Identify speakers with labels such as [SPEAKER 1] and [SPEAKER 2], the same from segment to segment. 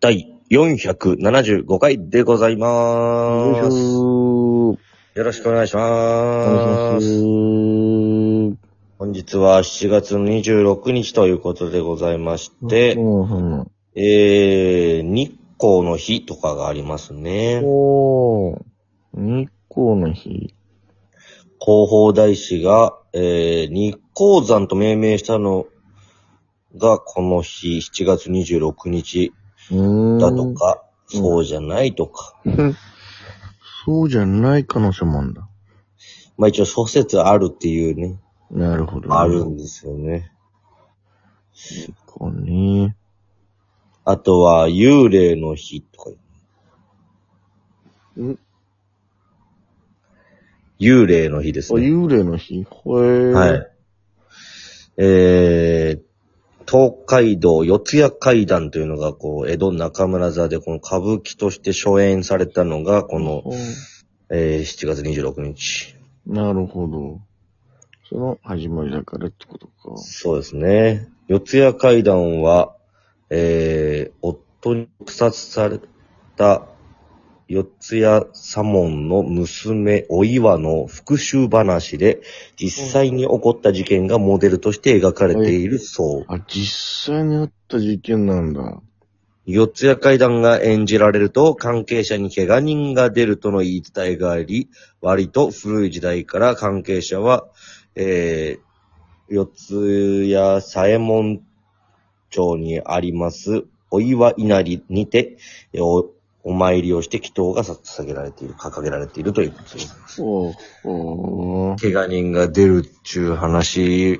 [SPEAKER 1] 第475回でございま
[SPEAKER 2] よいし
[SPEAKER 1] す。
[SPEAKER 2] ょー。
[SPEAKER 1] よろしくお願いし
[SPEAKER 2] お願
[SPEAKER 1] ま。
[SPEAKER 2] いしますす。
[SPEAKER 1] 本日は7月26日ということでございまして、
[SPEAKER 2] うんうん、
[SPEAKER 1] えー、日光の日とかがありますね。
[SPEAKER 2] おー、日光の日。
[SPEAKER 1] 広報大師が、えー、日光山と命名したのがこの日、7月26日
[SPEAKER 2] うーん。
[SPEAKER 1] だと。か、
[SPEAKER 2] うん
[SPEAKER 1] そうじゃないとか。
[SPEAKER 2] そうじゃない可能性もあるんだ。
[SPEAKER 1] まあ一応諸説あるっていうね、
[SPEAKER 2] なるほど、
[SPEAKER 1] あるんですよね。
[SPEAKER 2] こうね。
[SPEAKER 1] あとは、幽霊の日とか。
[SPEAKER 2] ん
[SPEAKER 1] 幽霊の日で
[SPEAKER 2] あ、
[SPEAKER 1] すね。
[SPEAKER 2] 幽霊の日ほえー。
[SPEAKER 1] はい。。えー、東海道四谷階段というのが、こう、江戸中村座で、この歌舞伎として初演されたのが、この、えー、7月26日。
[SPEAKER 2] なるほど。その始まりだからってことか。
[SPEAKER 1] そうですね。四谷階段は、えー、夫に毒殺された四谷左門の娘、お岩の復讐話で、実際に起こった事件がモデルとして描かれているそう。
[SPEAKER 2] あ、実際にあった事件なんだ。
[SPEAKER 1] 四谷階段が演じられると、関係者に怪我人が出るとの言い伝えがあり、割と古い時代から関係者は、えー、四谷左衛門町にあります、お岩稲荷にて、えーおお参りをして祈祷が捧げられている、掲げられているということです。
[SPEAKER 2] ほうほう。
[SPEAKER 1] 怪我人が出るっちゅう話、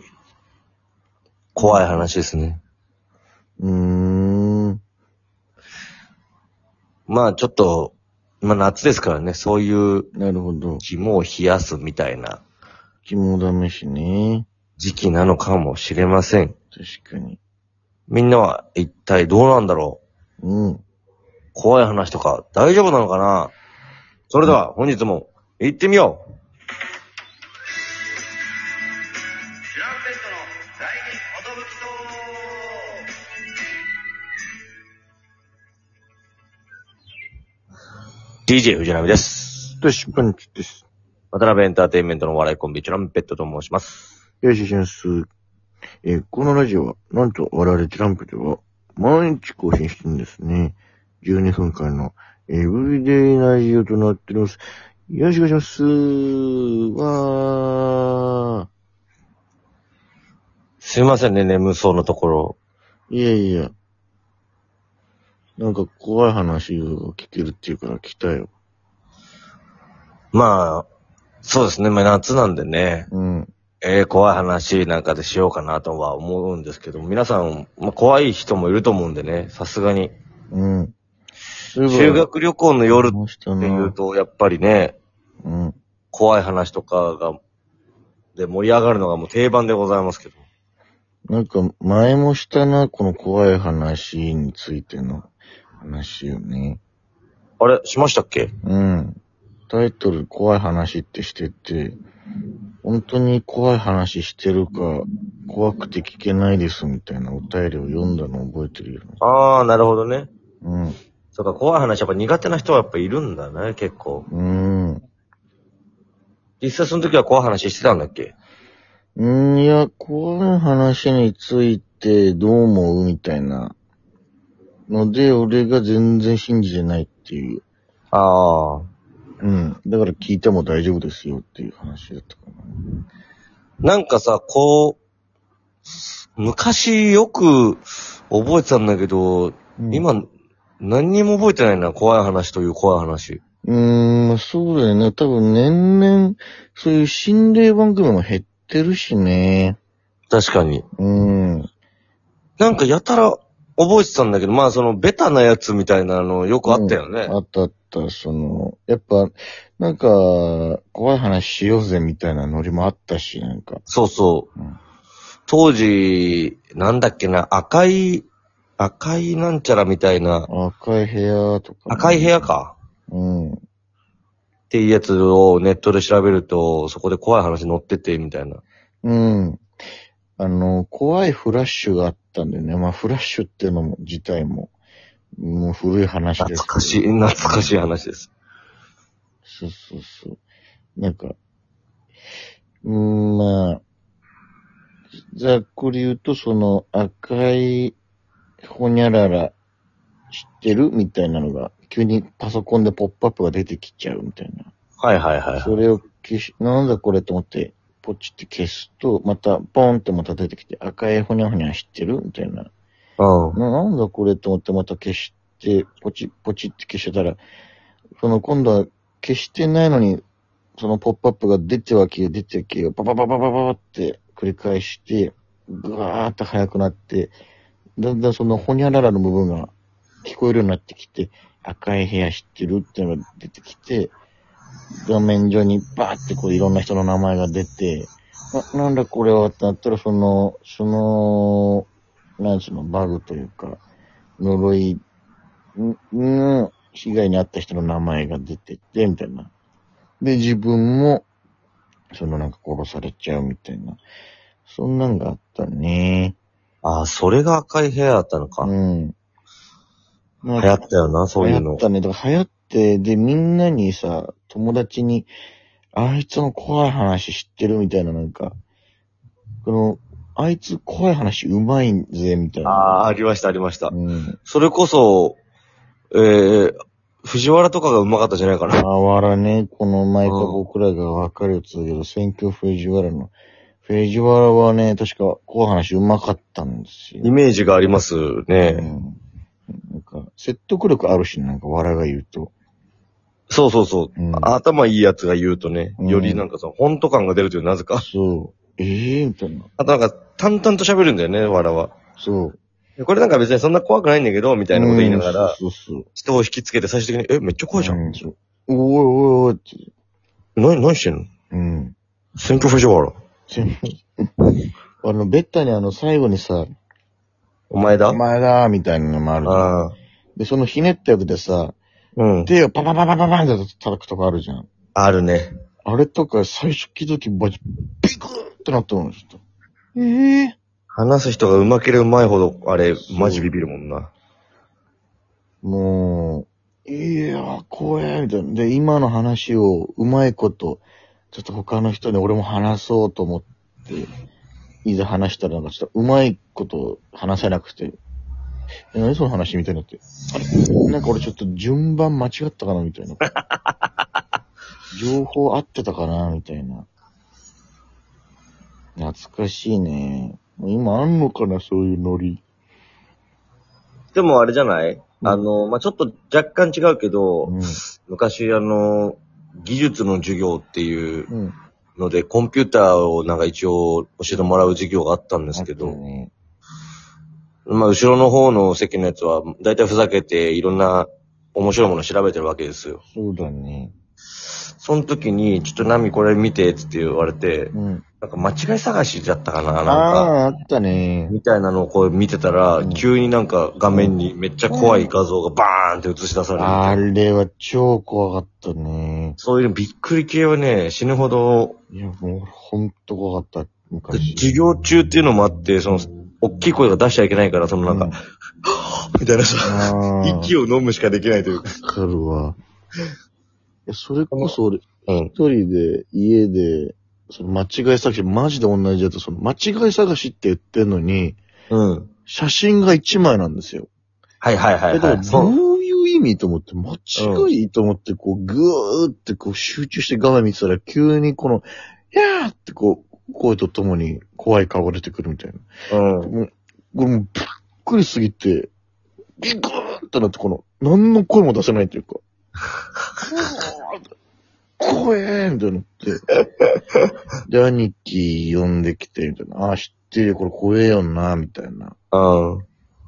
[SPEAKER 1] 怖い話ですね。
[SPEAKER 2] うーん。
[SPEAKER 1] まあちょっと、まあ夏ですからね、そういう
[SPEAKER 2] なるほど。
[SPEAKER 1] 肝を冷やすみたいな
[SPEAKER 2] 肝試しね。
[SPEAKER 1] 時期なのかもしれません。
[SPEAKER 2] 確かに。
[SPEAKER 1] みんなは一体どうなんだろう
[SPEAKER 2] うん。
[SPEAKER 1] 怖い話とか大丈夫なのかなそれでは本日も行ってみよう
[SPEAKER 3] チュランペットの第二音吹き
[SPEAKER 1] ！DJ 藤波です。
[SPEAKER 2] と、出版地です。
[SPEAKER 1] 渡辺エンターテインメントのお笑いコンビ、チュランペットと申します。
[SPEAKER 2] よろしくお願いします。えーこのラジオは、なんと我々トランプでは、毎日更新してるんですね。12分間のエブリデイラジオとなっております。よろしくお願いします。わ
[SPEAKER 1] すいませんね、眠そうなところ。
[SPEAKER 2] ー。いやいや。なんか怖い話が聞けるっていうから来たよ。
[SPEAKER 1] まあ、そうですね、まあ夏なんでね、
[SPEAKER 2] うん。
[SPEAKER 1] えー、怖い話なんかでしようかなとは思うんですけど、皆さん、まあ、怖い人もいると思うんでね、さすがに。
[SPEAKER 2] うん。
[SPEAKER 1] 修学旅行の夜っ
[SPEAKER 2] って
[SPEAKER 1] いうと、やっぱりね、
[SPEAKER 2] うん。
[SPEAKER 1] 怖い話とかが、で盛り上がるのがもう定番でございますけど。
[SPEAKER 2] なんか、前もしたな、この怖い話についての話よね。
[SPEAKER 1] あれしましたっけ
[SPEAKER 2] うん。タイトル、怖い話ってしてて、本当に怖い話してるか、怖くて聞けないですみたいなお便りを読んだの覚えてるよね。
[SPEAKER 1] ああ、なるほどね。
[SPEAKER 2] うん。
[SPEAKER 1] そうか、怖い話やっぱ苦手な人はやっぱいるんだね、結構。
[SPEAKER 2] うん。
[SPEAKER 1] 実際その時は怖い話してたんだっけ
[SPEAKER 2] うん、いや、怖い話についてどう思うみたいな。ので、俺が全然信じてないっていう。
[SPEAKER 1] ああ。
[SPEAKER 2] うん。だから聞いても大丈夫ですよっていう話だったか
[SPEAKER 1] なんかさ、こう、昔よく覚えてたんだけど、
[SPEAKER 2] な。うん、
[SPEAKER 1] 今、何にも覚えてないな、怖い話という怖い話。
[SPEAKER 2] うーん、まあそうだよね。多分年々、そういう心霊番組も減ってるしね。
[SPEAKER 1] 確かに。
[SPEAKER 2] うん。
[SPEAKER 1] なんかやたら覚えてたんだけど、まあそのベタなやつみたいなのよくあったよね。
[SPEAKER 2] あったあった、その、やっぱ、なんか、怖い話しようぜみたいなノリもあったし、なんか。
[SPEAKER 1] そうそう。
[SPEAKER 2] うん
[SPEAKER 1] 当時、なんだっけな、赤い、赤いなんちゃらみたいな、
[SPEAKER 2] 赤い部屋とか、
[SPEAKER 1] 赤い部屋。か
[SPEAKER 2] うん。
[SPEAKER 1] っていうやつをネットで調べると、そこで怖い話載ってて、みたいな。
[SPEAKER 2] うん。あの、怖いフラッシュがあったんだよね。まあ、フラッシュっていうのも、自体も、もう古い話です
[SPEAKER 1] 懐
[SPEAKER 2] けど。
[SPEAKER 1] かしい、懐かしい話です。
[SPEAKER 2] そうそうそう。なんか、うーん、まあ、ざっくり言うと、その赤いほにゃらら知ってるみたいなのが、急にパソコンでポップアップが出てきちゃうみたいな。
[SPEAKER 1] はいはいはい、
[SPEAKER 2] そ
[SPEAKER 1] はい。
[SPEAKER 2] れを消し、なんだこれと思って、ポチって消すと、またポンってまた出てきて、赤いほにゃほにゃ知ってるみたいな。
[SPEAKER 1] うん。
[SPEAKER 2] ななんだこれと思ってまた消して、ポチッポチって消してたら、その今度は消してないのに、そのポップアップが出ては消え、出ては消え、パパパパパパパって繰り返して、ぐわーっと速くなって、だんだんそのほにゃららの部分が聞こえるようになってきて、赤い部屋知ってるっていうのが出てきて、画面上にバーってこういろんな人の名前が出て、な、なんだこれはってなったら、その、その、なんつうの、バグというか、呪いの被害に遭った人の名前が出てて、みたいな。で、自分も、そのなんか殺されちゃうみたいな。そんなんがあったね。
[SPEAKER 1] ああ、それが赤い部屋だったのか。
[SPEAKER 2] うん。まあ
[SPEAKER 1] 流行ったよな、そういうの
[SPEAKER 2] 流行っ。たね。だから流行って、で、みんなにさ、友達に、あいつの怖い話知ってるみたいな、なんか、この、あいつ怖い話うまいんぜ、みたい
[SPEAKER 1] あ
[SPEAKER 2] な。
[SPEAKER 1] あ、ありました、ありました。
[SPEAKER 2] うん。
[SPEAKER 1] それこそ、えー、藤原とかがうまかったじゃないかな。
[SPEAKER 2] あわらね、この前か
[SPEAKER 1] うん
[SPEAKER 2] 僕らが分かるやつだけど、選挙藤原の。藤原はね、確か怖い話うまかったんですよ。
[SPEAKER 1] イメージがありますね。
[SPEAKER 2] うん。なんか、説得力あるし、なんか、わらが言うと。
[SPEAKER 1] そうそうそう。
[SPEAKER 2] うん
[SPEAKER 1] 頭いいやつが言うとね、
[SPEAKER 2] うん
[SPEAKER 1] よりなんかその、本当感が出るというなぜか。
[SPEAKER 2] そう。ええみたいな。
[SPEAKER 1] あとなんか、淡々と喋るんだよね、わらは。
[SPEAKER 2] そう。
[SPEAKER 1] これなんか別にそんな怖くないんだけど、みたいなこと言いなが
[SPEAKER 2] うん
[SPEAKER 1] ら、
[SPEAKER 2] そうそうそう。
[SPEAKER 1] 人を引きつけて最終的に、え、めっちゃ怖いじゃん。
[SPEAKER 2] うそうおいおいおいって。
[SPEAKER 1] 何、何してんの
[SPEAKER 2] うん。
[SPEAKER 1] 選挙藤原。
[SPEAKER 2] あの、ベッタにあの、最後にさ、
[SPEAKER 1] お前だ
[SPEAKER 2] お前だーみたいなのもあるじゃん。
[SPEAKER 1] ああ。
[SPEAKER 2] で、そのひねった役でさ、
[SPEAKER 1] うん。
[SPEAKER 2] 手をパパパパパパンって叩くとかあるじゃん。
[SPEAKER 1] あるね。
[SPEAKER 2] あれとか最初聞いた時、バチ、ビクーってなったもん、ちょっと。ええ
[SPEAKER 1] 話す人が上手ければ上手いほど、あれ、マジビビるもんな。
[SPEAKER 2] もう、いやー、怖え、みたいな。で、今の話をうまいこと、ちょっと他の人に俺も話そうと思って、いざ話したらなんかちょっとうまいこと話せなくて、え何その話みたいになって。あれなんか俺ちょっと順番間違ったかなみたいな。 情報合ってたかなみたいな。懐かしいね。今あんのかなそういうノリ。
[SPEAKER 1] でもあれじゃない、
[SPEAKER 2] うん
[SPEAKER 1] あの、まあ、ちょっと若干違うけど、
[SPEAKER 2] うん。
[SPEAKER 1] 昔あの、技術の授業っていう
[SPEAKER 2] うん。
[SPEAKER 1] ので、コンピューターをなんか一応教えてもらう授業があったんですけ
[SPEAKER 2] あった
[SPEAKER 1] ど、
[SPEAKER 2] ね
[SPEAKER 1] まあ、後ろの方の席のやつは、だいたいふざけて、いろんな面白いものを調べてるわけですよ。
[SPEAKER 2] そうだね。
[SPEAKER 1] その時に、ちょっとナミこれ見て、つって言われて、
[SPEAKER 2] うん。
[SPEAKER 1] なんか間違い探しだったかな、なんか。
[SPEAKER 2] ああー、あったね。
[SPEAKER 1] みたいなのをこう見てたら、
[SPEAKER 2] うん
[SPEAKER 1] 急になんか画面にめっちゃ怖い画像がバーンって映し出されるみたいな
[SPEAKER 2] あれは超怖かったね。
[SPEAKER 1] そういうびっくり系はね、死ぬほど、
[SPEAKER 2] いや、もうほんと怖かった、昔。
[SPEAKER 1] 授業中っていうのもあって、その、大きい声が出しちゃいけないから、そのなんか、みたいなさ、
[SPEAKER 2] あ ー
[SPEAKER 1] 息を飲むしかできないというか。
[SPEAKER 2] わかるわ。いや、それこそ俺、
[SPEAKER 1] うん。
[SPEAKER 2] 一人で、家で、その間違い探し、マジで同じやつ、その間違い探しって言ってんのに、
[SPEAKER 1] うん。
[SPEAKER 2] 写真が一枚なんですよ。
[SPEAKER 1] はいはいは
[SPEAKER 2] え、
[SPEAKER 1] い
[SPEAKER 2] だか
[SPEAKER 1] は
[SPEAKER 2] ら
[SPEAKER 1] い。そう。
[SPEAKER 2] どういう意味と思って、間違いと思って、こう、ぐーってこう集中して画面見てたら、急にこの、やーってこう、声とともに怖い顔が出てくるみたいな。
[SPEAKER 1] うん。
[SPEAKER 2] もう、これもうびっくりすぎて、ビクーンってなって、この、何の声も出せない というか、怖えーみたいになって。で、兄貴呼んできて、みたいな。あー、知ってるよ、これ怖えよな、みたいな。
[SPEAKER 1] うん。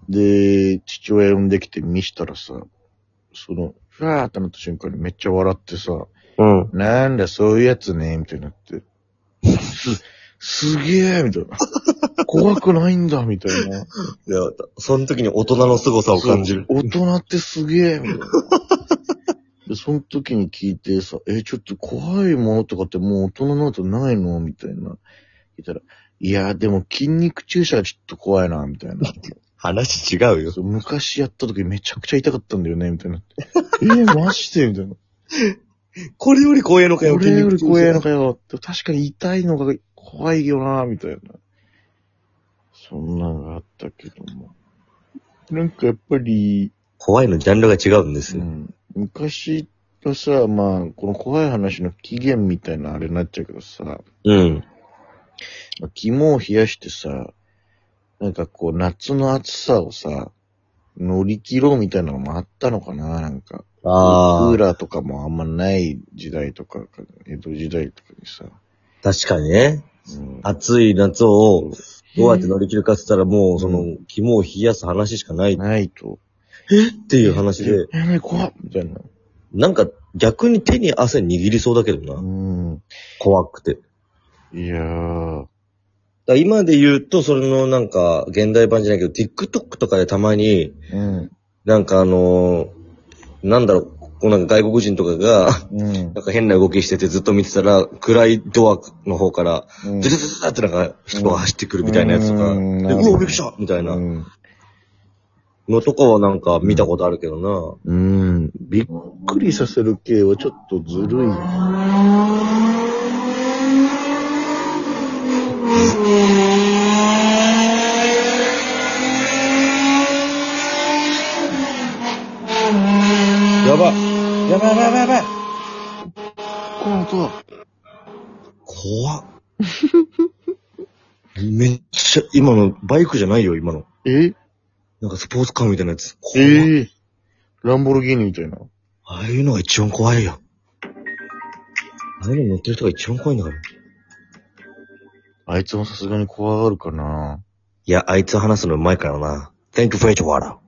[SPEAKER 2] で、父親呼んできて見したらさ、その、ふわーってなった瞬間にめっちゃ笑ってさ、
[SPEAKER 1] うん。
[SPEAKER 2] なんだそういうやつね、みたいになって。す、すげえみたいな。怖くないんだ、みたいな。
[SPEAKER 1] いや、その時に大人の凄さを感じる。
[SPEAKER 2] そう大人ってすげえみたいな。で、その時に聞いてさ、え、ちょっと怖いものとかってもう大人になるとないのみたいな。聞いたら、いや、でも筋肉注射はちょっと怖いな、みたいな。
[SPEAKER 1] 話違うよ。
[SPEAKER 2] そう昔やった時めちゃくちゃ痛かったんだよね、みたいな。えー、マジでみたいな。
[SPEAKER 1] これより光栄の
[SPEAKER 2] こ
[SPEAKER 1] かよ、
[SPEAKER 2] れより怖いの
[SPEAKER 1] か。
[SPEAKER 2] かよ。でも確かに痛いのが怖いよな、みたいな。そんなのがあったけども。なんかやっぱり、
[SPEAKER 1] 怖いのジャンルが違うんです
[SPEAKER 2] う
[SPEAKER 1] よ。
[SPEAKER 2] ん、昔のさ、まあ、この怖い話の起源みたいなあれになっちゃうけどさ、
[SPEAKER 1] うん。
[SPEAKER 2] まあ肝を冷やしてさ、なんかこう夏の暑さをさ、乗り切ろうみたいなのもあったのかな、なんか。
[SPEAKER 1] あ
[SPEAKER 2] クー
[SPEAKER 1] あ、
[SPEAKER 2] ラーとかもあんまない時代とか、江戸時代とかにさ。
[SPEAKER 1] 確かにね。
[SPEAKER 2] うん
[SPEAKER 1] 暑い夏をどうやって乗
[SPEAKER 2] り
[SPEAKER 1] り切るかって言ったらもう、その
[SPEAKER 2] う、
[SPEAKER 1] 肝を冷やす話しかないっ
[SPEAKER 2] ないと。
[SPEAKER 1] ていう話で、
[SPEAKER 2] え、なに怖っみたいな。
[SPEAKER 1] なんか逆に手に汗握りそうだけどな。
[SPEAKER 2] うん。
[SPEAKER 1] 怖くて。
[SPEAKER 2] いやー。
[SPEAKER 1] だから今で言うと、それのなんか、現代版じゃないけど、TikTok とかでたまに、
[SPEAKER 2] うん。
[SPEAKER 1] なんかあのーなんだろう、こうなんか外国人とかが、
[SPEAKER 2] うん。
[SPEAKER 1] なんか変な動きしててずっと見てたら、暗いドアの方から、
[SPEAKER 2] うん
[SPEAKER 1] ズズズズってなんか人が走ってくるみたいなやつとか、
[SPEAKER 2] う
[SPEAKER 1] うんでうわ、びっくりしたみたいな
[SPEAKER 2] うん
[SPEAKER 1] のとかはなんか見たことあるけど
[SPEAKER 2] うん。びっくりさせる系はちょっとずるい。
[SPEAKER 1] な。やばやばいやばいやばい
[SPEAKER 2] この音は。
[SPEAKER 1] 怖っ。めっちゃ、今の、バイクじゃないよ、今の。
[SPEAKER 2] え
[SPEAKER 1] なんかスポーツカーみたいなやつ。怖っ
[SPEAKER 2] ええランボルギーニみたいな。
[SPEAKER 1] ああいうのが一番怖いよ。ああいうのに乗ってる人が一番怖いんだから。
[SPEAKER 2] あいつもさすがに怖がるかな。
[SPEAKER 1] いや、あいつ話すのうまいからな。Thank you for your water.